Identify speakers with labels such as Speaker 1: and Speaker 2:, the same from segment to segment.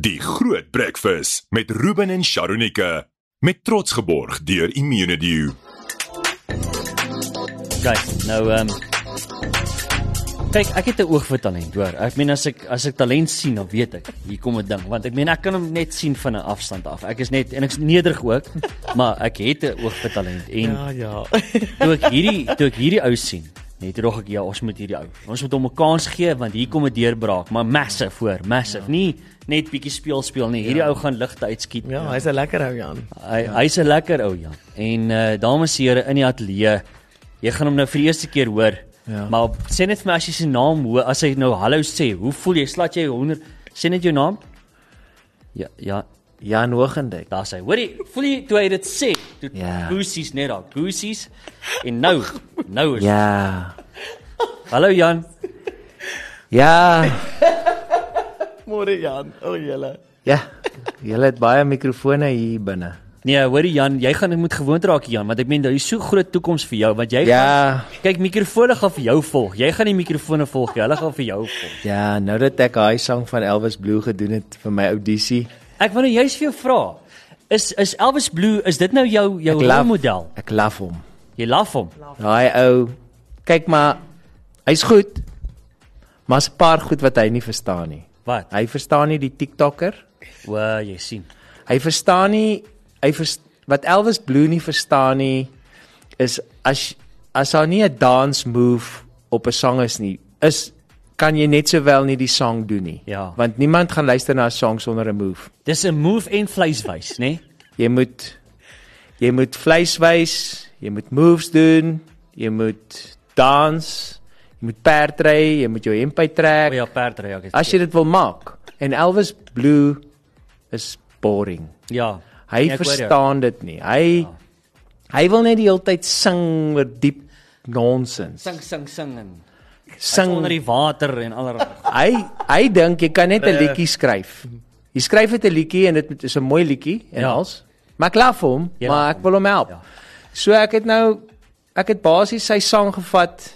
Speaker 1: Die Groot Breakfast met Ruben en Sharonika met trots geborg deur Immunedio.
Speaker 2: Guys, nou ehm um, kyk, ek het 'n oog vir talent, hoor. Ek meen as ek as ek talent sien, dan weet ek hier kom 'n ding, want ek meen ek kan hom net sien van 'n afstand af. Ek is net en ek's nederig ook, maar ek het 'n oog vir talent en ja,
Speaker 3: ja.
Speaker 2: toe ek hierdie toe ek hierdie ou sien, net dog ek ja, ons moet hierdie ou. Ons moet hom 'n kans gee want hier kom 'n deurbraak, maar massive voor, massive. Ja. Nie net bietjie speel speel nie. Hierdie ja. ou gaan ligte uitskiet.
Speaker 3: Ja, hy's 'n lekker ou Jan.
Speaker 2: Hy hy's 'n lekker ou Jan. En uh dames en here in die ateljee, jy gaan hom nou vir die eerste keer hoor. Ja.
Speaker 3: Ja.
Speaker 2: Maar sê net vir my as jy sy naam hoor, as hy nou hallo sê, hoe voel jy? Slat jy 100? Sê net jou naam. Ja, ja,
Speaker 3: Jan Hoogendijk.
Speaker 2: daar sê. Hoorie, voel jy toe hy dit sê? Toe
Speaker 3: Ja.
Speaker 2: goosies net daar, goosies. En nou, nou is.
Speaker 3: Ja.
Speaker 2: Hallo Jan.
Speaker 4: Ja,
Speaker 3: Môre Jan, o julle.
Speaker 4: ja. Julle het baie mikrofone hier binne.
Speaker 2: Nee, hoorie Jan, jy gaan dit moet gewoond raak Jan, want ek meen daar is so groot toekoms vir jou want jy
Speaker 4: Ja.
Speaker 2: gaan, kyk mikrofone gaan vir jou volg. Jy gaan die mikrofone volg, jy, hulle gaan vir jou volg.
Speaker 4: Ja, nou dat ek daai sang van Elvis Blue gedoen het vir my audisie.
Speaker 2: Ek wil nou juist vir jou vra. Is is Elvis Blue, is dit nou jou jou
Speaker 4: ek laf-
Speaker 2: rolmodel?
Speaker 4: Ek laf hom.
Speaker 2: Jy laf hom.
Speaker 4: Daai ou, kyk maar, hy's goed. Maar's 'n paar goed wat hy nie verstaan nie.
Speaker 2: Wat?
Speaker 4: Hy verstaan nie die TikToker.
Speaker 2: O, jy sien.
Speaker 4: Hy verstaan nie, hy vers, wat Elvis Blue nie verstaan nie is as as daar nie 'n dance move op 'n sang is nie, is kan jy net sowel nie die sang doen nie.
Speaker 2: Ja.
Speaker 4: Want niemand gaan luister na 'n sang sonder 'n move.
Speaker 2: Dis 'n move en vleiswys, né? Nee?
Speaker 4: Jy moet jy moet vleis wys, jy moet moves doen, jy moet dans, jy moet perdry, jy moet jou hempy trek
Speaker 2: O ja, perdry, ja.
Speaker 4: as jy dit wil maak. En Elvis Blue is boring.
Speaker 2: Ja.
Speaker 4: Hy
Speaker 2: Nee, ek hoor jou.
Speaker 4: verstaan dit nie. Hy ja. hy wil net die hele tyd sing oor diep nonsens.
Speaker 2: sing sing sing en sing
Speaker 4: Sing.
Speaker 2: onder die water en allerlei.
Speaker 4: Hy hy dink jy kan net
Speaker 2: Nee.
Speaker 4: 'n liedjie skryf. Jy skryf dit 'n liedjie en dit moet- is 'n mooi liedjie en
Speaker 2: Ja.
Speaker 4: ja. als. Maar ek laf hom,
Speaker 2: Jy
Speaker 4: ja.
Speaker 2: laf
Speaker 4: maar ek wil hom help.
Speaker 2: Ja.
Speaker 4: Ja. So ek het nou ek het basies sy sang gevat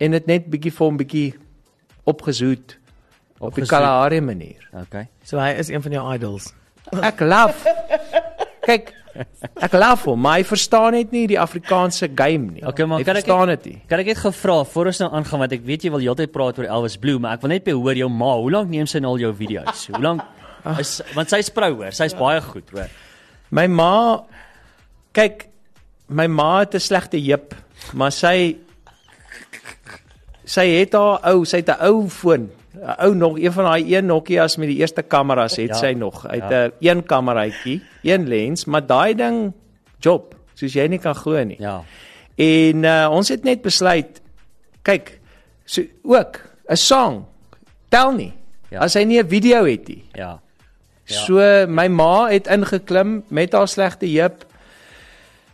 Speaker 4: en dit net bietjie vir hom bietjie opgezoet op die
Speaker 2: Opgezoet.
Speaker 4: Kalahari manier.
Speaker 2: Okay.
Speaker 3: So hy is een van jou idols.
Speaker 4: Ek laf. Kyk, ek laf hom, maar hy verstaan net nie die Afrikaanse game nie.
Speaker 2: Okay, maar
Speaker 4: hy
Speaker 2: kan ek
Speaker 4: verstaan dit nie.
Speaker 2: Kan ek net gevra voor ons nou aangaan want ek weet jy wil heeltyd praat oor Elvis Blue, maar ek wil net by hoor jou ma, hoe lank neem sy nou al jou video's? Hoe lank
Speaker 4: Ah.
Speaker 2: is want sy's vrou hoor, sy's baie goed hoor.
Speaker 4: My ma kyk, my ma het 'n slegte heup, maar sy sy het haar ou, sy het 'n ou foon. 'n Ou nog een van daai een Nokia's met die eerste kameras het
Speaker 2: Ja,
Speaker 4: ja, sy nog. Hy het 'n
Speaker 2: ja.
Speaker 4: ja. een kameraitjie, een lens, maar daai ding job, soos jy nie kan glo nie.
Speaker 2: Ja.
Speaker 4: En uh, ons het net besluit kyk, so ook 'n sang tel nie.
Speaker 2: Ja.
Speaker 4: Ja. As hy nie 'n video het nie.
Speaker 2: Ja.
Speaker 4: Ja. So my ma het ingeklim met haar slegte heup.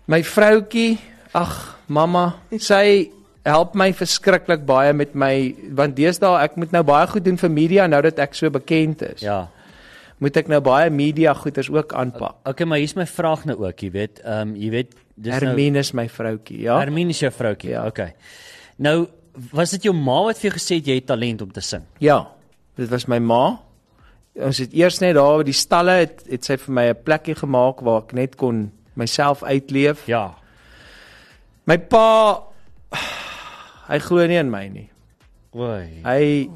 Speaker 4: My vroutjie, ag mamma, sy help my verskriklik baie met my want deesdae ek moet nou baie goed doen vir media nou dat ek so bekend is.
Speaker 2: Ja.
Speaker 4: Moet ek nou baie media goeders ook aanpak.
Speaker 2: Okay, maar hier's my vraag nou ook, jy weet, ehm um, jy weet dis nou
Speaker 4: Hermine is my vroutjie, ja. Hermine.
Speaker 2: Hermine is jou vroutjie. Ja.
Speaker 4: Ja.
Speaker 2: Okay. Nou was dit jou ma wat vir jou gesê het jy het talent om te sing?
Speaker 4: Ja. Dit was my ma. Ons het eers net daar by die stalle het, het sy vir my 'n plekkie gemaak waar ek net kon myself uitleef.
Speaker 2: Ja.
Speaker 4: My pa hy glo nie in my nie.
Speaker 2: Oei.
Speaker 4: Hy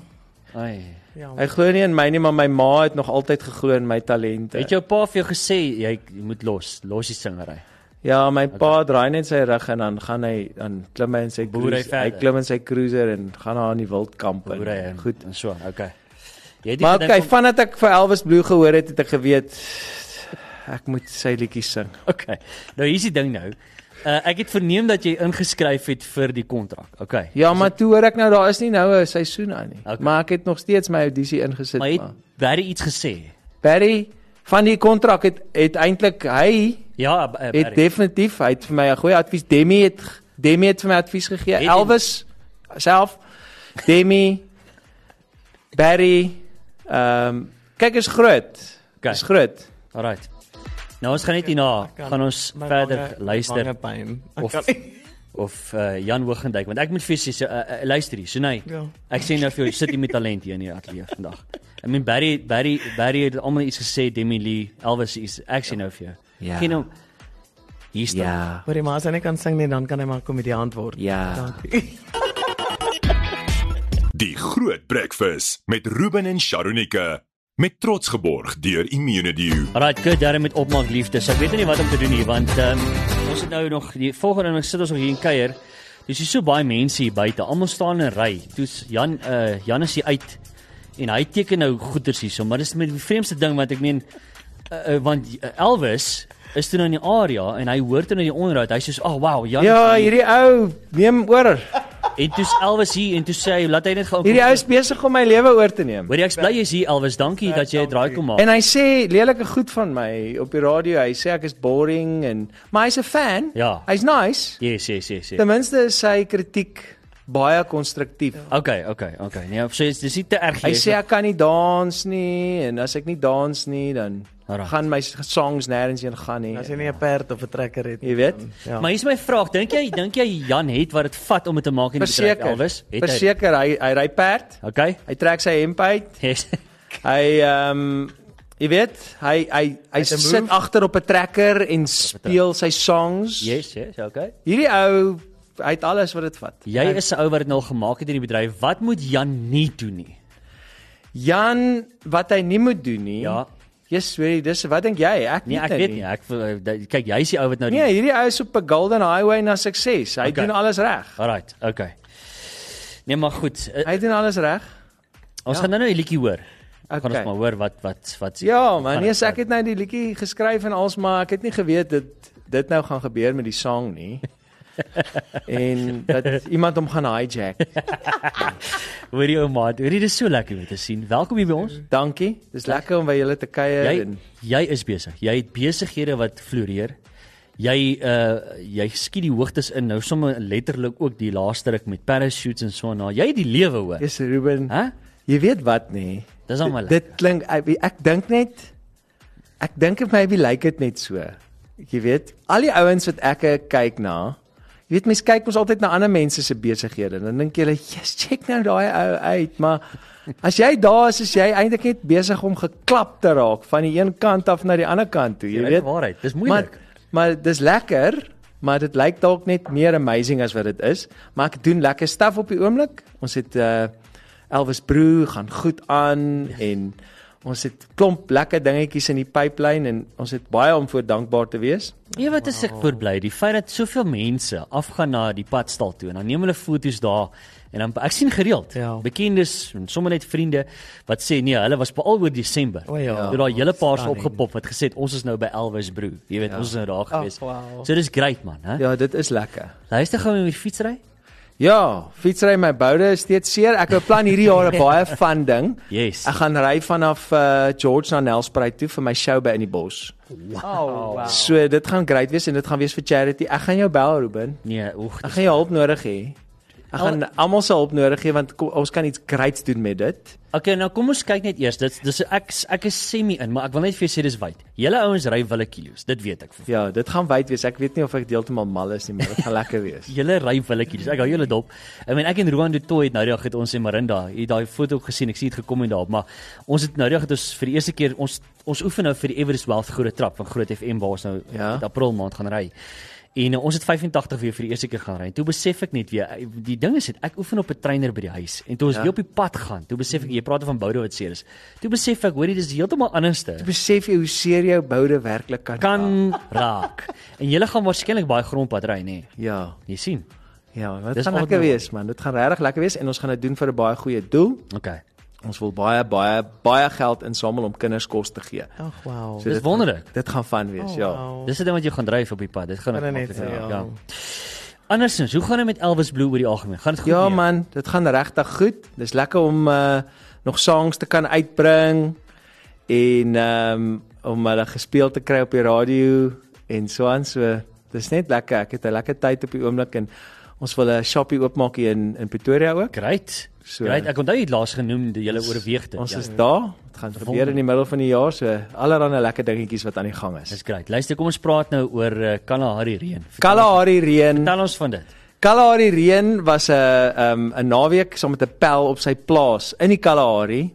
Speaker 2: Ai.
Speaker 3: Ja.
Speaker 4: hy glo nie in my nie, maar my ma het nog altyd geglo in my talente.
Speaker 2: Het jou pa vir jou gesê jy jy moet los, los die singery?
Speaker 4: Ja, my pa draai net sy rug en dan gaan hy dan klim hy in sy
Speaker 2: Boer hy
Speaker 4: cruiser. Hy, hy
Speaker 2: verder.
Speaker 4: klim in sy cruiser en gaan daar in die wildkamp
Speaker 2: Hoor hy?
Speaker 4: in. Goed.
Speaker 2: En so, okay. Jy het nie
Speaker 4: Maar okay,
Speaker 2: gedink
Speaker 4: vandat ek vir Elvis Blue gehoor het, het ek geweet ek moet sy liedjies sing.
Speaker 2: om, okay. Nou hier's die ding nou. Uh, ek het verneem dat jy ingeskryf het vir die kontrak. Okay.
Speaker 4: Ja, maar toe hoor ek nou daar is nie nou 'n seisoen aan nie.
Speaker 2: Okay.
Speaker 4: Okay. Maar ek het nog steeds my audisie ingesit.
Speaker 2: Maar
Speaker 4: Maar
Speaker 2: jy het baie iets gesê.
Speaker 4: Barry van die kontrak het het eintlik hy
Speaker 2: Ja, b- eh,
Speaker 4: het
Speaker 2: Barry.
Speaker 4: definitief hy het vir my 'n goeie advies. Demi het g- Demi het vir my advies gegee.
Speaker 2: Het-
Speaker 4: Elvis self Demi Barry ehm um, kyk is groot.
Speaker 2: Okay.
Speaker 4: Is groot.
Speaker 2: Alrite. Nou ons gaan net hierna
Speaker 3: Kan-
Speaker 2: gaan ons
Speaker 3: my
Speaker 2: verder
Speaker 3: wange- my
Speaker 2: luister
Speaker 3: wange pyn. Ek
Speaker 2: of
Speaker 3: kan-
Speaker 2: of uh, Jan Hoogendijk want ek moet vir jou sê so, uh, uh, luister hier, Sunay.
Speaker 3: Ja.
Speaker 2: Ek sê nou vir jou, sit jy met talent hier in die ateljee vandag. I mean Barry Barry Barry het almal iets gesê, Demi Lee, Elvis is ek sê nou vir jou.
Speaker 5: Ja.
Speaker 2: Geen nou hier's ja.
Speaker 5: Ja.
Speaker 3: Maar die maar as hy nie kan sing nie, dan kan hy maar komediant word.
Speaker 5: Ja.
Speaker 3: Dankie.
Speaker 1: Die Groot Breakfast met Ruben en Sharonika met trots geborg deur Immunity.
Speaker 2: Alright, goed, daarom met opmaak liefde. So ek weet nou nie wat om te doen hier want um, ons het nou nog die volgende en ons sit ons nog hier in kuier. Dis hier so baie mense hier buite. Almal staan in 'n ry. Toe's Jan uh Jan is hier uit en hy teken nou goeders hierso, maar dis met die vreemdste ding want ek meen uh, uh, want uh, Elvis is toe nou in die area en hy hoor toe nou die onderhoud. Hy sê soos, "Ag, oh, wow, Jan."
Speaker 4: Ja, hierdie ou neem oor.
Speaker 2: En toe's Elvis hier en toe sê hy, "Laat hy net gaan."
Speaker 4: Hierdie ou is besig om my lewe oor te neem.
Speaker 2: Hoor jy, ek is bly jy's hier Elvis. Dankie dat jy 'n draai kom maak.
Speaker 4: En hy sê lelike goed van my op die radio. Hy sê ek is boring en maar hy's 'n fan.
Speaker 2: Ja.
Speaker 4: Hy's nice.
Speaker 2: Yes, yes, yes, yes.
Speaker 4: Ten minste is sy kritiek baie konstruktief.
Speaker 2: Okay, okay, okay. Nee, so dis dis nie te erg
Speaker 4: Hy
Speaker 2: is
Speaker 4: sê
Speaker 2: nie.
Speaker 4: ek kan nie dans nie en as ek nie dans nie dan
Speaker 2: Alright.
Speaker 4: gaan my songs nêrens heen gaan nie.
Speaker 3: As jy nie 'n perd of 'n trekker het nie.
Speaker 4: Jy weet?
Speaker 3: dan- Ja.
Speaker 2: Maar hier's my vraag, dink jy dink jy Jan het wat dit vat om dit te maak in die bedryf
Speaker 4: Verseker.
Speaker 2: Elvis? Het hy?
Speaker 4: Verseker hy hy ry perd.
Speaker 2: Okay.
Speaker 4: Hy trek sy hemp uit.
Speaker 2: Yes.
Speaker 4: Hy ehm um, jy weet, hy hy hy
Speaker 3: het 'n
Speaker 4: sit
Speaker 3: move.
Speaker 4: agter op 'n trekker en speel sy songs.
Speaker 2: Yes, yes, okay.
Speaker 4: Hierdie ou hy het alles wat dit vat.
Speaker 2: Jy is 'n ou wat dit nou al gemaak het in die bedryf. Wat moet Jan nie doen nie?
Speaker 4: Jan wat hy nie moet doen nie.
Speaker 2: Ja.
Speaker 4: Jesus, weet jy, dis wat dink jy? Ek
Speaker 2: Nee, ek
Speaker 4: dit
Speaker 2: weet nie. Ek wil- dat- kyk, jy's die ou wat nou die-
Speaker 4: Nee, hierdie ou is op 'n golden highway na sukses. Hy
Speaker 2: Okay.
Speaker 4: okay. doen alles reg.
Speaker 2: Alrite, okay. Nee, maar goed. Uh,
Speaker 4: Hy doen alles reg.
Speaker 2: ons gaan nou nou 'n liedjie hoor. Okay. Gaan ons
Speaker 4: Okay.
Speaker 2: maar hoor wat wat wat
Speaker 4: Ja, man, nee,
Speaker 2: yes,
Speaker 4: ek het nou die liedjie geskryf en als maar ek het nie geweet dit dit nou gaan gebeur met die sang nie. en dat iemand hom gaan hijack.
Speaker 2: Hoor jy ou maat, hoor jy dis so lekker om jou te sien. Welkom hier by ons.
Speaker 4: Dankie. Dis lekker om by julle te kuier
Speaker 2: Jy
Speaker 4: en
Speaker 2: jy is besig. Jy het besighede wat floreer. Jy uh jy skiet die hoogtes in nou sommer letterlik ook die laaste ruk met parachutes en so na. Jy het die lewe hoor.
Speaker 4: Yes, Ruben.
Speaker 2: Hæ?
Speaker 4: Jy weet wat nee. nie.
Speaker 2: Dis
Speaker 4: Dit-
Speaker 2: almal.
Speaker 4: Dit klink ek, ek dink net ek dink it maybe lyk dit net so. Jy weet, al die ouens wat ek eh, kyk na, jy weet mense kyk ons altyd na ander mense se besighede en dan dink jy, "Jesus, check nou daai ou uit," maar as jy daar is, is jy eintlik net besig om geklap te raak van die een kant af na die ander kant toe, jy
Speaker 2: Jy
Speaker 4: weet.
Speaker 2: weet waarheid. Dis moeilik.
Speaker 4: Maar maar dis lekker, maar dit lyk dalk net meer amazing as wat dit is, maar ek doen lekker stuff op die oomblik. Ons het uh Elvis Brew gaan goed aan en ons het klomp lekker dingetjies in die pipeline en ons het baie om voor dankbaar te wees.
Speaker 2: Jy wat is ek voorbly, die feit dat soveel mense afgaan na die padstal toe en dan neem hulle foto's daar en dan ek sien gereeld
Speaker 3: Ja.
Speaker 2: bekendes en sommer net vriende wat sê nee, hulle was veral oor Desember.
Speaker 3: O ja.
Speaker 2: Toe daai hele paars
Speaker 3: Stunning. Ja.
Speaker 2: opgepop wat gesê het ons is nou by Elvis Brew. Jy weet, ons is nou daar
Speaker 3: Ag,
Speaker 2: gewees.
Speaker 3: wow.
Speaker 2: So dis great man, hè?
Speaker 4: Ja, dit is lekker.
Speaker 2: Luister gou met die fietsry.
Speaker 4: Ja, fietsry my boude is steeds seer. Ek beplan hierdie jaar 'n baie fun ding.
Speaker 2: Yes.
Speaker 4: Ek gaan ry vanaf uh George na Nelspruit toe vir my show by in die bos.
Speaker 3: Oh, wow.
Speaker 4: So dit gaan great wees en dit gaan wees vir charity. Ek gaan jou bel, Ruben.
Speaker 2: Nee, oeg.
Speaker 4: Ek gaan jou hulp nodig hê. Ek gaan almal se hulp nodig hê want kom, ons kan iets greats doen met dit.
Speaker 2: Okay, nou kom ons kyk net eers. Dit dis ek ek is semi in, maar ek wil net vir jou sê dis wyd. Julle ouens ry wille kilos. Dit weet ek.
Speaker 4: Ja, dit gaan wyd wees. Ek weet nie of ek deeltemal mal is nie, maar dit gaan lekker wees.
Speaker 2: Julle ry wille kilos. Ek hou julle dop. Ek meen ek en Roan de Toy het nou dag het ons in Marinda. Jy het daai foto ook gesien. Ek sien dit gekom en daarop, maar ons het nou dag het ons vir die eerste keer ons ons oefen nou vir die Everest Wealth Groot Trap van Groot FM waar ons nou
Speaker 4: Ja.
Speaker 2: in April maand gaan ry. En uh, ons het 85 weer vir die eerste keer gaan ry. En toe besef ek net weer, eh, die ding is dit ek oefen op 'n trainer by die huis. En toe ons ja. weer op die pad gaan, toe besef ek jy praat van Boudewyn se is. Toe besef ek, hoorie, dis heeltemal anderste
Speaker 4: Besef jy hoe seer jou boude werklik kan
Speaker 2: kan raak. En julle gaan waarskynlik baie grondpad ry, nê?
Speaker 4: Ja,
Speaker 2: Jy sien.
Speaker 4: ja, dit
Speaker 2: Dis
Speaker 4: gaan
Speaker 2: wat
Speaker 4: lekker
Speaker 2: nou-
Speaker 4: wees man. Dit gaan regtig lekker wees en ons gaan dit doen vir 'n baie goeie doel.
Speaker 2: OK.
Speaker 4: Ons wil baie baie baie geld insamel om kinders kos te gee.
Speaker 3: Ag, wow.
Speaker 2: Dis wonderlik.
Speaker 4: Dit gaan fun wees,
Speaker 3: Oh,
Speaker 4: ja.
Speaker 3: wow.
Speaker 2: Dis dit wat jy gaan dryf op die pad. Dit gaan
Speaker 3: Kan
Speaker 2: nog
Speaker 3: net
Speaker 2: maklik
Speaker 3: sê,
Speaker 2: raak,
Speaker 3: ja.
Speaker 2: Andersins, hoe gaan dit met Elvis Blue oor die algemeen? Gaan dit goed?
Speaker 4: Ja
Speaker 2: mee?
Speaker 4: man, dit gaan regtig goed. Dis lekker om uh nog songs te kan uitbring en ehm um, om hulle gespeel te kry op die radio en so aan so. Dis net lekker. Ek het 'n lekker tyd op die oomblik en ons wil 'n shoppie oopmaak hier in in Pretoria ook.
Speaker 2: Great.
Speaker 4: So.
Speaker 2: Great. Ek onthou jy het laas genoem dat jy oorweeg dit.
Speaker 4: Ons
Speaker 2: ja.
Speaker 4: is daar. Dit gaan gebeur in die middel van die jaar, so allerlei lekker dingetjies wat aan die gang is.
Speaker 2: Dis great. Luister, kom ons praat nou oor eh, Kalahari reën.
Speaker 4: Kalahari reën.
Speaker 2: Vertel ons van dit.
Speaker 4: Kalahari reën was 'n um 'n naweek saam met 'n pel op sy plaas in die Kalahari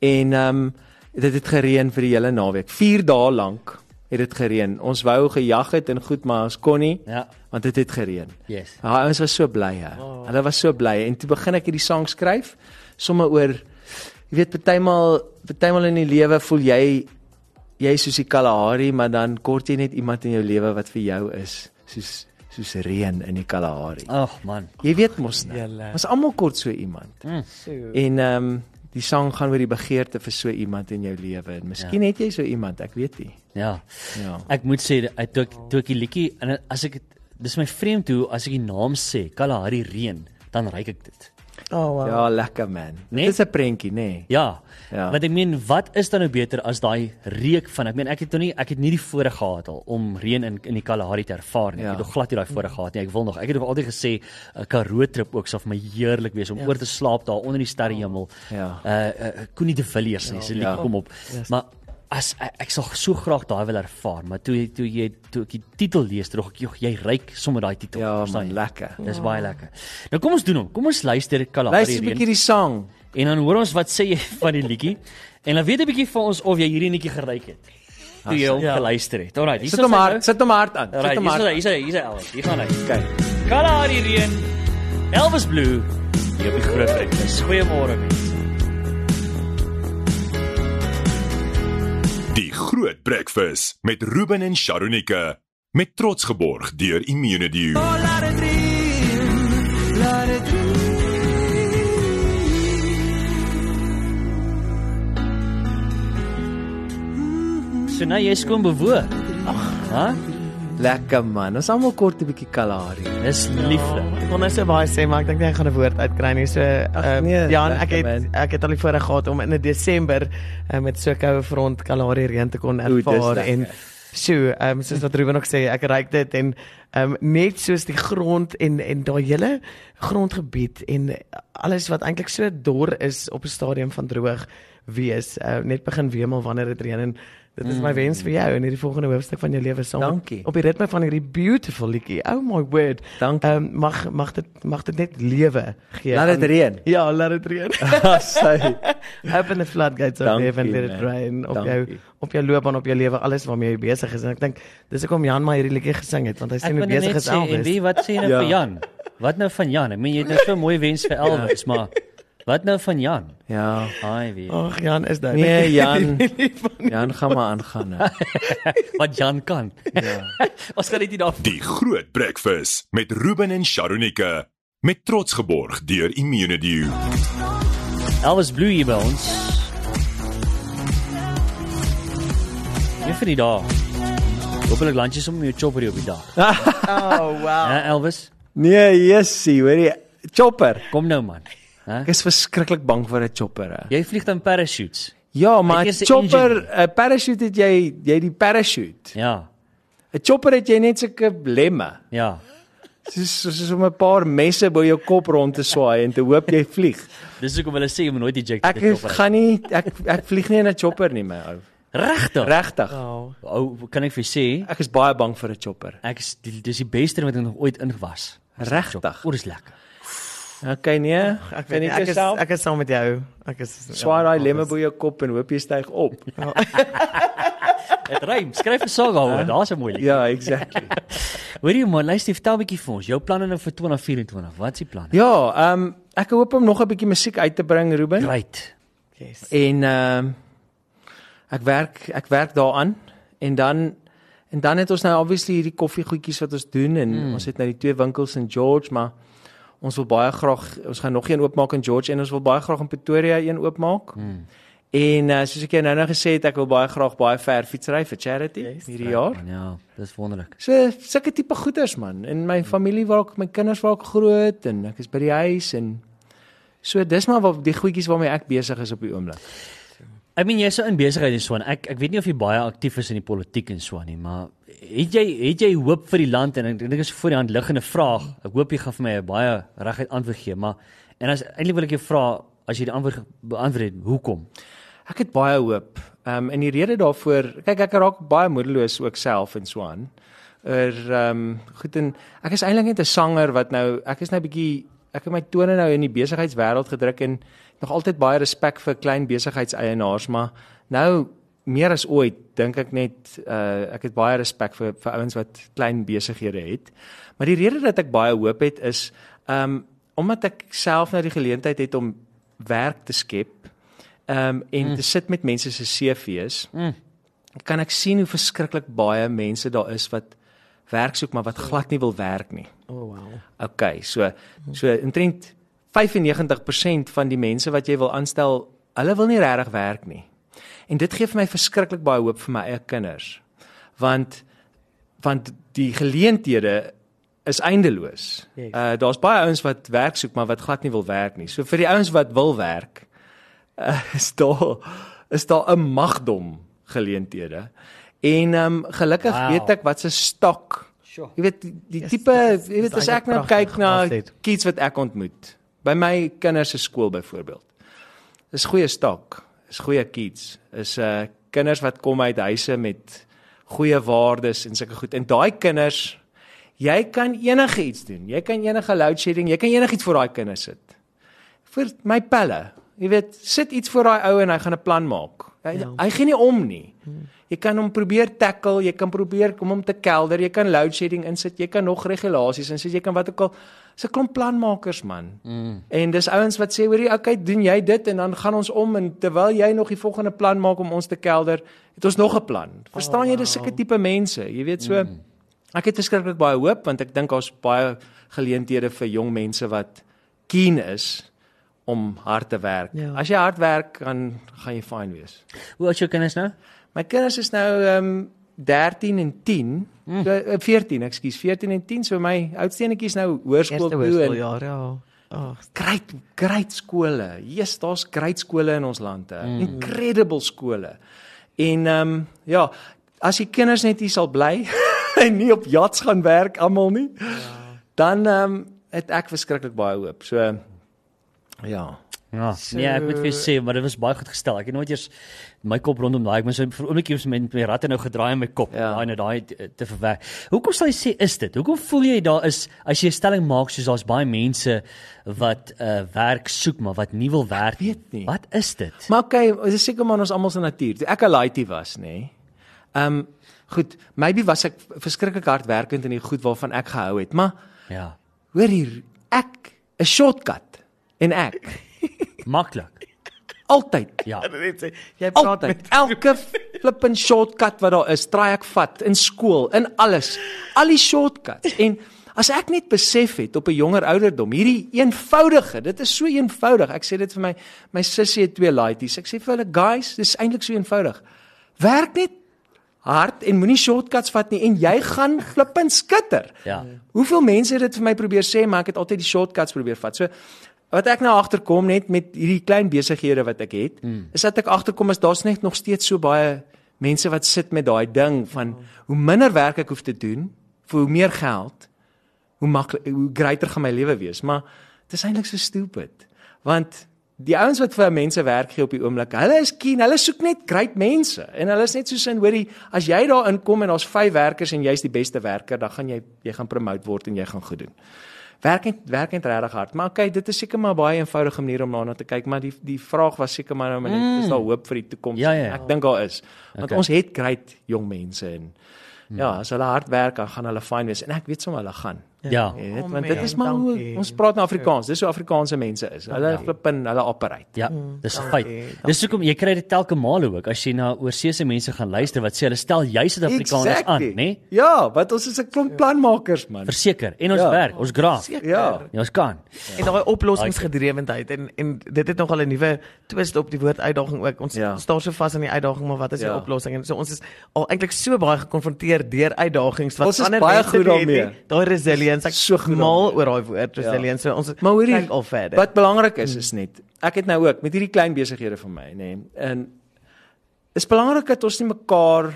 Speaker 4: en um dit het gereën vir die hele naweek. 4 dae lank het dit gereën. Ons wou gejag het en goed, maar ons kon nie
Speaker 2: Ja.
Speaker 4: want dit het gereën.
Speaker 2: Yes.
Speaker 4: Ja, ouens was so bly hè. Oh. Hulle was so bly en toe begin ek hierdie sang skryf sommer oor jy weet partymal partymal in die lewe voel jy jy is soos die Kalahari, maar dan kort jy net iemand in jou lewe wat vir jou is soos soos reën in die Kalahari.
Speaker 2: Ag man.
Speaker 4: Jy weet mos nou.
Speaker 3: Julle.
Speaker 4: Ons almal kort so iemand.
Speaker 3: So.
Speaker 4: En ehm um, die sang gaan oor die begeerte vir so iemand in jou lewe en miskien ja. het jy so iemand, ek weet nie.
Speaker 2: Ja.
Speaker 4: Ja.
Speaker 2: Ek moet sê dat- ek toe ek- toe ek die liedjie en as ek het- dis my vreemd hoe as ek die naam sê Kalahari reën, dan ryk ek dit.
Speaker 3: Oh wow.
Speaker 4: Ja, lekker man.
Speaker 2: Nee?
Speaker 4: Nee? Dit is 'n prentjie, nê? Nee.
Speaker 2: Ja.
Speaker 4: Ja.
Speaker 2: Want ek meen, wat is dan nou beter as daai reuk van ek meen ek het nog nie ek het nie die voorreg gehad al om reën in in die Kalahari te ervaar nie. Ja.
Speaker 4: Ja.
Speaker 2: Ek het nog glad nie daai voorreg gehad nie. Ek wil nog. Ek het nog altyd gesê 'n Karoo trip ook sal vir my heerlik wees om ja. oor te slaap daar onder die sterrehemel.
Speaker 4: Ja.
Speaker 2: Uh, uh Koenie de Villiers nie, se liedjie ja.
Speaker 4: Ja.
Speaker 2: kom op. Yes. Maar as ek, ek sal so graag daai wil ervaar, maar toe toe jy toe ek die titel lees, toe dog ek joh, jy ryk sommer daai titel.
Speaker 4: Ja,
Speaker 2: verstaan
Speaker 4: man,
Speaker 2: jy?
Speaker 4: lekker.
Speaker 2: Dis baie lekker. Nou kom ons doen hom. Kom ons luister Kalahari
Speaker 4: Luister 'n
Speaker 2: reën.
Speaker 4: bietjie die sang.
Speaker 2: En dan hoor ons wat sê jy van die liedjie en dan weet 'n bietjie vir ons of jy hierdie liedjie geryk het. Toe jy hom ja. geluister het. Alraai, hier
Speaker 4: Sit hom hard, sit hom hard aan. Sit
Speaker 2: Alraai,
Speaker 4: hom hard.
Speaker 2: hier
Speaker 4: aan.
Speaker 2: is hy, hier is hy al. Hier gaan hy.
Speaker 4: Okay.
Speaker 2: Kalahari reën. Elvis Blue. Hier op die groot rekwes. Goeiemôre mense.
Speaker 1: Die Groot Breakfast met Ruben en Sharonika met trots geborg deur Immunedio.
Speaker 2: So nou jy skoon bewoog. Ag,
Speaker 4: Lekker man. Ons almal kort 'n bietjie Kalahari.
Speaker 2: hè? Dis lieflik.
Speaker 3: Ek kon nou so baie sê, maar ek dink nie ek gaan 'n woord uitkry nie. So uh,
Speaker 4: nee,
Speaker 3: Jan, ek
Speaker 4: lekker,
Speaker 3: het
Speaker 4: man.
Speaker 3: ek het al die voorreg gehad om in 'n Desember uh, met so 'n koue front Kalahari reën te kon
Speaker 4: dis
Speaker 3: ervaar
Speaker 4: lekker.
Speaker 3: en so, ehm um, soos wat Ruben ook sê, ek ryk dit en ehm um, net soos die grond en en daai hele grondgebied en alles wat eintlik so dor is op 'n stadium van droog wees, uh, net begin wemel wanneer dit reën en dit is my wens vir jou in hierdie volgende hoofstuk van jou lewe saam met-
Speaker 4: Mm. Dankie.
Speaker 3: op die ritme van hierdie beautiful liedjie. Oh my word.
Speaker 4: Dankie.
Speaker 3: Ehm um, mag mag dit mag dit net lewe gee.
Speaker 4: Laat dit
Speaker 3: aan-
Speaker 4: reën.
Speaker 3: Ja, laat dit reën.
Speaker 4: Ja, Sy.
Speaker 3: Open the floodgates of
Speaker 4: Dankie,
Speaker 3: heaven, let it
Speaker 4: man.
Speaker 3: rain op
Speaker 4: Dankie.
Speaker 3: jou op jou loopbaan, op jou lewe, alles waarmee jy besig is. En ek dink dis hoekom Jan maar hierdie liedjie gesing het, want hy
Speaker 2: Ek
Speaker 3: sien
Speaker 2: wil
Speaker 3: hoe
Speaker 2: nou
Speaker 3: besig
Speaker 2: net
Speaker 3: is
Speaker 2: sê en
Speaker 3: Elvis.
Speaker 2: wie wat sê nou
Speaker 4: Ja.
Speaker 2: vir Jan? Wat nou van Jan? Ek meen jy het nou so 'n mooi wens vir Elvis, maar wat nou van Jan?
Speaker 4: Ja.
Speaker 2: Ai wie.
Speaker 3: Ag Jan is daar.
Speaker 4: Nee, Jan. Jan gaan maar aangaan. hè.
Speaker 2: Wat Jan kan. Ja. Ons gaan dit nie daar
Speaker 1: Die Groot Breakfast met Ruben en Sharonika met trots geborg deur Immunedio.
Speaker 2: Elvis Blue hier by ons. Jy vir die dag. Hoopelik lunches om jou chopper hier op die dag. Ja,
Speaker 3: Oh wow.
Speaker 2: Elvis,
Speaker 4: Nee, Jessie, hoor jy? Chopper.
Speaker 2: kom nou man. Hæ?
Speaker 4: Ek is verskriklik bang vir 'n chopper. hè.
Speaker 2: Jy vlieg dan parachutes.
Speaker 4: Ja, maar
Speaker 2: Ek
Speaker 4: 'n
Speaker 2: is 'n
Speaker 4: chopper, 'n parachute het jy, jy het die parachute.
Speaker 2: Ja.
Speaker 4: 'n Chopper het jy net sulke lemme.
Speaker 2: Ja.
Speaker 4: Soos soos om 'n paar messe bo jou kop rond te swaai en te hoop jy vlieg.
Speaker 2: Dis hoekom hulle sê jy moet nooit die jet
Speaker 4: Ek gaan nie ek ek vlieg nie in 'n chopper nie, my ou.
Speaker 2: regtig.
Speaker 4: Regtig.
Speaker 3: Oh.
Speaker 2: Ou, kan ek vir jou sê,
Speaker 4: Ek is baie bang vir 'n chopper.
Speaker 2: ek is die, dis die beste ding wat ek nog ooit ingewas.
Speaker 4: Regtig.
Speaker 2: Oor is lekker.
Speaker 4: Okay, nee.
Speaker 3: Ek
Speaker 4: Kan
Speaker 3: weet
Speaker 4: jy
Speaker 3: nie, ek is
Speaker 4: self
Speaker 3: ek is saam met jou. Ek is
Speaker 4: swaai daai
Speaker 3: ja,
Speaker 4: lemme
Speaker 3: ek is-
Speaker 4: bo jou kop en hoop jy styg op?
Speaker 2: Dit rym. Skryf 'n song daaroor. Daar's 'n mooi liedjie.
Speaker 4: Ja, exactly.
Speaker 2: Hoorie man, luister, vertel 'n bietjie vir ons jou planne nou vir 2024. Wat is die planne?
Speaker 4: Ja, ehm um, ek hoop om nog 'n bietjie musiek uit te bring, Ruben.
Speaker 3: Ja.
Speaker 2: Great.
Speaker 3: Yes.
Speaker 4: En ehm um, ek werk ek werk daaraan en dan en dan het ons nou obviously hierdie koffiegoedjies wat ons doen en
Speaker 3: Hmm.
Speaker 4: mm. ons het nou die twee winkels in George, maar ons wil baie graag ons gaan nog een oopmaak in George en ons wil baie graag in Pretoria een oopmaak. Mm.
Speaker 3: Hmm.
Speaker 4: En uh, soos ek jou nou nou gesê het, ek wil baie graag baie ver fietsry vir charity yes, hierdie jaar.
Speaker 2: Man, ja, dis wonderlik.
Speaker 4: So sulke tipe goeders man. En my familie waar ek my kinders waar ek groot en ek is by die huis en so dis maar wat die goedjies waarmee ek besig is op die oomblik.
Speaker 2: Ek meen jy's so in besigheid en so aan. Ek ek weet nie of jy baie aktief is in die politiek en so aan nie, maar het jy het jy hoop vir die land en ek dink dit is voor die hand liggende vraag. Ek hoop jy gaan vir my 'n baie reguit antwoord gee, maar en as eintlik wil ek jou vra as jy die antwoord ge- beantwoord het, hoekom?
Speaker 4: Ek het baie hoop. Ehm um, en die rede daarvoor, kyk ek raak baie moedeloos ook self en so aan oor ehm um, goed en ek is eintlik net 'n sanger wat nou ek is nou bietjie ek het my tone nou in die besigheidswêreld gedruk en nog altyd baie respek vir klein besigheidseienaars, maar nou meer as ooit dink ek net uh ek het baie respek vir vir ouens wat klein besighede het. Maar die rede dat ek baie hoop het is um omdat ek self nou die geleentheid het om werk te skep um en mm. te sit met mense se CV's. Mm kan ek sien hoe verskriklik baie mense daar is wat werk soek maar wat glad nie wil werk nie.
Speaker 3: Oh wow.
Speaker 4: OK, so so intrent 95% van die mense wat jy wil aanstel, hulle wil nie regtig werk nie. En dit gee vir my verskriklik baie hoop vir my eie kinders. Want want die geleenthede is eindeloos.
Speaker 3: Yes.
Speaker 4: Uh daar's baie ouens wat werk soek maar wat glad nie wil werk nie. So vir die ouens wat wil werk, uh, is daar is daar 'n magdom geleenthede. En ehm um, gelukkig
Speaker 2: Wow.
Speaker 4: wow. weet ek wat se stok.
Speaker 2: Sure.
Speaker 4: Jy weet die, die
Speaker 3: Yes,
Speaker 4: tipe,
Speaker 3: dis-
Speaker 4: jy weet
Speaker 3: dis
Speaker 4: as ek nou
Speaker 3: eintlik
Speaker 4: kyk
Speaker 3: pragtig,
Speaker 4: na
Speaker 3: altyd.
Speaker 4: kids wat ek ontmoet by my kinders se skool byvoorbeeld. Dis goeie stok, is goeie kids, is uh kinders wat kom uit huise met goeie waardes en sulke goed. En daai kinders, jy kan enigiets doen. Jy kan enige load shedding, jy kan enigiets vir daai kinders sit vir my pelle. Jy weet, sit iets voor daai ou en hy gaan 'n plan maak. Hy, ja. Hmm.
Speaker 3: Ja.
Speaker 4: hy gee nie om nie. Jy kan hom probeer tackle, jy kan probeer kom hom te kelder, jy kan load shedding insit, jy kan nog regulasies insit, jy kan wat ook al. Dis 'n klomp planmakers man. Mm. En dis ouens wat sê, hoorie, okay, doen jy dit en dan gaan ons om en terwyl jy nog die volgende plan maak om ons te kelder, het ons nog 'n plan. Verstaan oh, wow. jy dis sulke tipe mense, jy weet so. Mm. Ek het verskriklik baie hoop want ek dink daar's baie geleenthede vir jong mense wat keen is om hard te werk.
Speaker 3: Ja.
Speaker 4: Ja. As jy hard werk, dan gaan jy fyn wees.
Speaker 2: Hoe oud is jou kinders nou?
Speaker 4: My kinders is nou ehm um, 13 en 10,
Speaker 3: Hm.
Speaker 4: mm. so, eh, 14, ekskuus, 14 en 10, so my oudste enetjie is nou hoërskool
Speaker 3: Eerste
Speaker 4: toe en
Speaker 3: hoërskooljaar, ja. Ag,
Speaker 4: great great skole. Jesus, daar's great skole in ons land, mm. incredible skole. En ehm um, ja, as die kinders net hier sal bly en nie op yachts gaan werk almal nie, ja. dan ehm um, het ek verskriklik baie hoop. So ja.
Speaker 2: Ja, so, nee, ek moet vir jou sê, maar dit was baie goed gestel. Ek het nooit eers my kop rondom daai, ek moes vir 'n oombliekie was met my ratte nou gedraai in my kop,
Speaker 4: Ja.
Speaker 2: daai nou daai te- te verwerk. Hoekom sal jy sê is dit? Hoekom voel jy daar is as jy 'n stelling maak soos daar's baie mense wat uh werk soek maar wat nie wil werk
Speaker 4: weet nie.
Speaker 2: Wat is dit?
Speaker 4: Maar okay, dis seker maar ons almal se natuur. Toe ek 'n laaitie was, nê. Nee, ehm um, goed, maybe was ek verskriklik hardwerkend in die goed waarvan ek gehou het, maar
Speaker 2: ja,
Speaker 4: hoor hier, ek 'n shortcut en ek
Speaker 2: maklik.
Speaker 4: altyd
Speaker 2: Ja.
Speaker 3: Ek wil net sê, jy praat
Speaker 4: altyd
Speaker 3: met
Speaker 4: elke flippin shortcut wat daar is, try ek vat in skool, in alles. Al die shortcuts en as ek net besef het op 'n jonger ouderdom, hierdie eenvoudige, dit is so eenvoudig. Ek sê dit vir my my sussie het twee laities. Ek sê vir hulle, "Guys, dis eintlik so eenvoudig. Werk net hard en moenie shortcuts vat nie en jy gaan flippin skitter."
Speaker 2: Ja.
Speaker 4: Hoeveel mense het dit vir my probeer sê, maar ek het altyd die shortcuts probeer vat. So wat ek nou agterkom net met hierdie klein besighede wat ek het, mm. is dat ek agterkom is daar's net nog steeds so baie mense wat sit met daai ding van hoe minder werk ek hoef te doen vir hoe meer geld, hoe maklik hoe groter gaan my lewe wees, maar dit is eintlik so stupid. Want die ouens wat vir mense werk gee op die oomblik, hulle is keen, hulle soek net great mense en hulle is net soos in hoorie, as jy daar inkom en daar's vyf werkers en jy's die beste werker, dan gaan jy jy gaan promote word en jy gaan goed doen. Werk net werk net regtig hard. Maar okay, dit is seker maar 'n baie eenvoudige manier om daarna te kyk, maar die die vraag was seker maar nou maar net is daar hoop vir die toekoms?
Speaker 2: Mm. Ja, ja.
Speaker 4: Ek dink daar is.
Speaker 2: Okay.
Speaker 4: Want okay. ons het great jong mense en
Speaker 2: Mm.
Speaker 4: ja, as hulle hard werk, dan gaan hulle fyn wees en ek weet sommer hulle gaan.
Speaker 2: Ja.
Speaker 4: Jy weet,
Speaker 3: Oh,
Speaker 4: want dit
Speaker 3: man,
Speaker 4: is maar hoe
Speaker 3: dankie.
Speaker 4: ons praat nou Afrikaans. Dis hoe Afrikaanse mense is. Hulle flippin, hulle operate.
Speaker 2: Ja, dis 'n feit.
Speaker 3: dankie,
Speaker 2: Dis hoekom jy kry dit telke male ook as jy na oorseese mense gaan luister wat sê hulle stel jy Suid-Afrikaners aan, nê?
Speaker 4: Ja, want ons is 'n klomp planmakers man.
Speaker 2: Verseker. En ons ja.
Speaker 4: Ja.
Speaker 2: werk, ons graaf.
Speaker 3: seker.
Speaker 4: Ja.
Speaker 2: Ja, ons kan.
Speaker 3: En daai oplossingsgedrewendheid en en dit het nogal 'n nuwe twist op die woord uitdaging ook. Ons
Speaker 4: Ja.
Speaker 3: ja. staan so vas aan die uitdaging, maar wat is die ja.
Speaker 4: Ja.
Speaker 3: oplossing? En so ons is al eintlik so baie gekonfronteer deur uitdagings wat
Speaker 4: Ons is
Speaker 3: ander
Speaker 4: baie
Speaker 3: mense
Speaker 4: goed
Speaker 3: nie het nie.
Speaker 4: daarmee.
Speaker 3: Daai resilience, ek
Speaker 4: So
Speaker 3: so
Speaker 4: goed
Speaker 3: mal
Speaker 4: daarmee. Ja.
Speaker 3: oor daai woord resilience. So ons
Speaker 4: Maar hoorie,
Speaker 3: kyk al verder.
Speaker 4: wat belangrik is is net ek het nou ook met hierdie klein besighede van my, nê. Nee, en is belangrik dat ons nie mekaar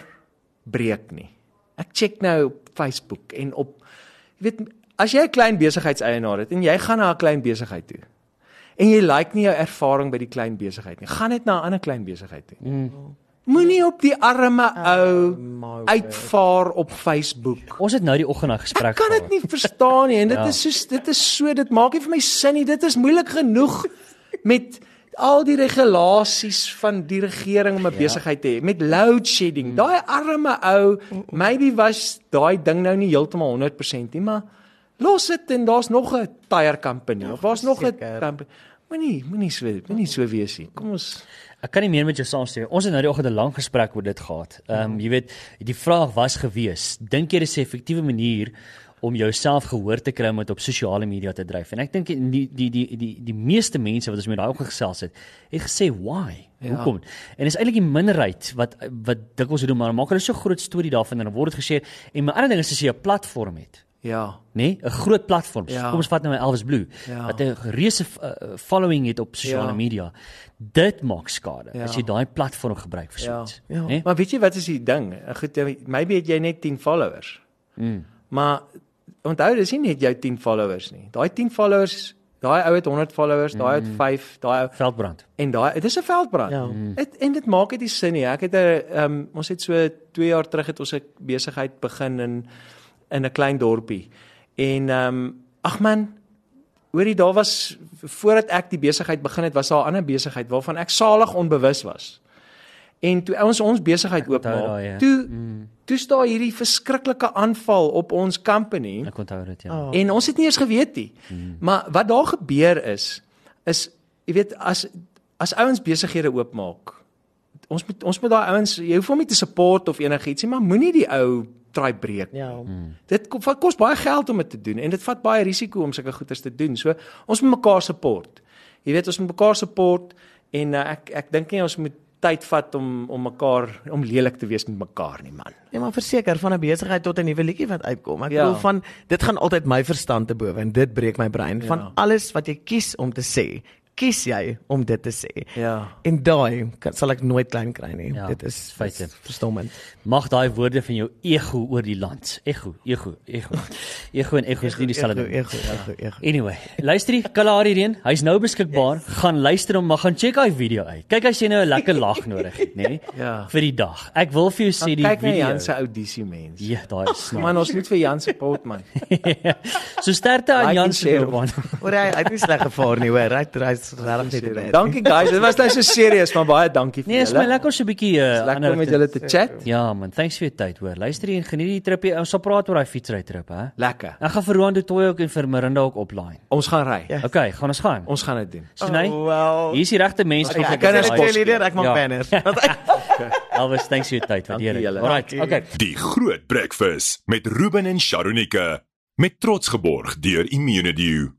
Speaker 4: breek nie. Ek check nou op Facebook en op jy weet as jy 'n klein besigheidseienaar het en jy gaan na 'n klein besigheid toe en jy like nie jou ervaring by die klein besigheid nie, gaan net na 'n ander klein besigheid toe. Mm. Moenie op die arme ou
Speaker 3: my
Speaker 4: uitvaar op Facebook.
Speaker 2: Ons het nou die oggend 'n gesprek
Speaker 4: Ek kan dit nie verstaan nie en dit
Speaker 2: Ja.
Speaker 4: is soos dit is so dit maak nie vir my sin nie. Dit is moeilik genoeg met al die regulasies van die regering om 'n besigheid te hê met load shedding. Daai arme ou, maybe was daai ding nou nie heeltemal 100% nie, maar los dit en daar's nog 'n tire company of daar's nog 'n
Speaker 3: verseker.
Speaker 4: company. Moenie moenie so moenie so wees nie. Kom ons
Speaker 2: Ek kan nie meer met jou saamstem. Ons het nou die oggend 'n lang gesprek oor dit gehad. Ehm
Speaker 4: Ja.
Speaker 2: um, jy weet, die vraag was gewees, dink jy dis 'n effektiewe manier om jouself gehoor te kry om dit op sosiale media te dryf? En ek dink die die die die die meeste mense wat ons met daai oggend gesels het, het gesê why? Ja. Hoekom? En dis eintlik die minderheid wat wat dikwels doen maar maak hulle so groot storie daarvan en dan word dit geshare. En my ander ding is as jy 'n platform het
Speaker 4: ja.
Speaker 2: nê, 'n groot platform.
Speaker 4: Ja.
Speaker 2: Kom ons vat nou my Elvis Blue
Speaker 4: Ja.
Speaker 2: wat 'n reuse uh, uh, following het op sosiale
Speaker 4: Ja.
Speaker 2: ja. media. Dit maak skade
Speaker 4: Ja.
Speaker 2: ja. as jy daai platform gebruik vir so iets,
Speaker 3: Ja.
Speaker 2: nê?
Speaker 4: Maar weet jy wat is die ding? Goed, maybe het jy net 10 followers.
Speaker 2: Mm.
Speaker 4: Maar onthou dis nie net jou 10 followers nie. Daai 10 followers, daai ou het 100 followers, daai het 5, daai ou
Speaker 2: Veldbrand.
Speaker 4: en daai dit is 'n veldbrand.
Speaker 3: Ja.
Speaker 2: Mm.
Speaker 4: Dit en dit maak dit nie sin nie. Ek het 'n ehm ons het so 2 jaar terug het ons 'n besigheid begin in in 'n klein dorpie. En ehm ag man, hoorie daar was voordat ek die besigheid begin het, was daar 'n ander besigheid waarvan ek salig onbewus was. En toe ons ons besigheid oopmaak,
Speaker 2: daai, ja.
Speaker 4: toe toe staan hierdie verskriklike aanval op ons company.
Speaker 2: Ek onthou dit ja.
Speaker 3: Oh.
Speaker 2: Oh.
Speaker 4: En ons het nie eens geweet nie. Maar wat daar gebeur is is jy weet as as ouens besighede oopmaak. Ons moet ons moet daai ouens jy hoef hom nie te support of enigiets nie, maar moenie die ou try breek.
Speaker 3: Ja.
Speaker 4: Dit ko- vat- kos baie geld om dit te doen en dit vat baie risiko om sulke goeders te doen. So ons moet mekaar support. Jy weet ons moet mekaar support en uh, ek ek dink nie ons moet tyd vat om om mekaar om lelik te wees met mekaar nie man.
Speaker 3: Ja, maar verseker van 'n besigheid tot 'n nuwe liedjie wat uitkom. Ek
Speaker 4: Ja.
Speaker 3: ja. bedoel van dit gaan altyd my verstand te bowe en dit breek my brein ja.
Speaker 4: Ja.
Speaker 3: van alles wat jy kies om te sê. Kies jy om dit te sê.
Speaker 4: Ja.
Speaker 3: En daai kan- sal ek nooit klein kry nie.
Speaker 2: Ja,
Speaker 3: Ja, dit is
Speaker 2: feite.
Speaker 3: dis Verstommend.
Speaker 2: Mag daai woorde van jou ego oor die land. Ego, ego, ego. Ego en ego is nie dieselfde ding.
Speaker 3: Ego, ego, ego.
Speaker 2: Anyway, luister hier, Kalahari Reën, hy's nou beskikbaar. Yes. Gaan luister hom, maar gaan check hy video uit. Kyk as jy nou 'n lekker lag nodig het, nê?
Speaker 4: Ja.
Speaker 2: Vir die dag. Ek wil vir jou sê die
Speaker 4: Kyk na
Speaker 2: video.
Speaker 4: Jan se audisie mens.
Speaker 2: Ja, daai is snaaks.
Speaker 4: Man, ons moet vir Jan support man.
Speaker 2: so sterkte aan
Speaker 4: Like
Speaker 2: Jan
Speaker 4: en
Speaker 2: se
Speaker 4: share.
Speaker 2: loopbaan.
Speaker 3: Oor hy hy het nie sleg gevaar nie, hoor. Hy het- hy is regtig net bad.
Speaker 4: Dankie guys, dit was nou so serieus, maar baie dankie vir
Speaker 2: Nee, is my
Speaker 4: julle.
Speaker 2: lekker so 'n bietjie uh,
Speaker 4: Lekker om met julle te chat.
Speaker 2: Ja man, thanks vir jou tyd hoor. Luister hier en geniet die tripie. Ons sal praat oor daai fietsry trip, hè.
Speaker 4: Lekker.
Speaker 2: Ek gaan vir Roan Dutoy ook en vir Mirinda ook oplaai.
Speaker 4: Ons gaan ry.
Speaker 3: Ja.
Speaker 2: Okay, gaan ons gaan.
Speaker 4: Ons gaan dit doen.
Speaker 2: Sunay.
Speaker 3: Oh, wel.
Speaker 2: Hier's die regte mense
Speaker 3: Ja,
Speaker 2: vir
Speaker 3: ek kan
Speaker 2: dit.
Speaker 3: net
Speaker 4: Dankie.
Speaker 3: cheerleader, ek maak
Speaker 2: Ja.
Speaker 3: ja. banners. Want ek-
Speaker 2: Alwes thanks vir jou tyd, waardeer dit.
Speaker 4: julle.
Speaker 2: Alright, okay.
Speaker 1: Die Groot Breakfast met Ruben en Sharonika met trots geborg deur Immunedio.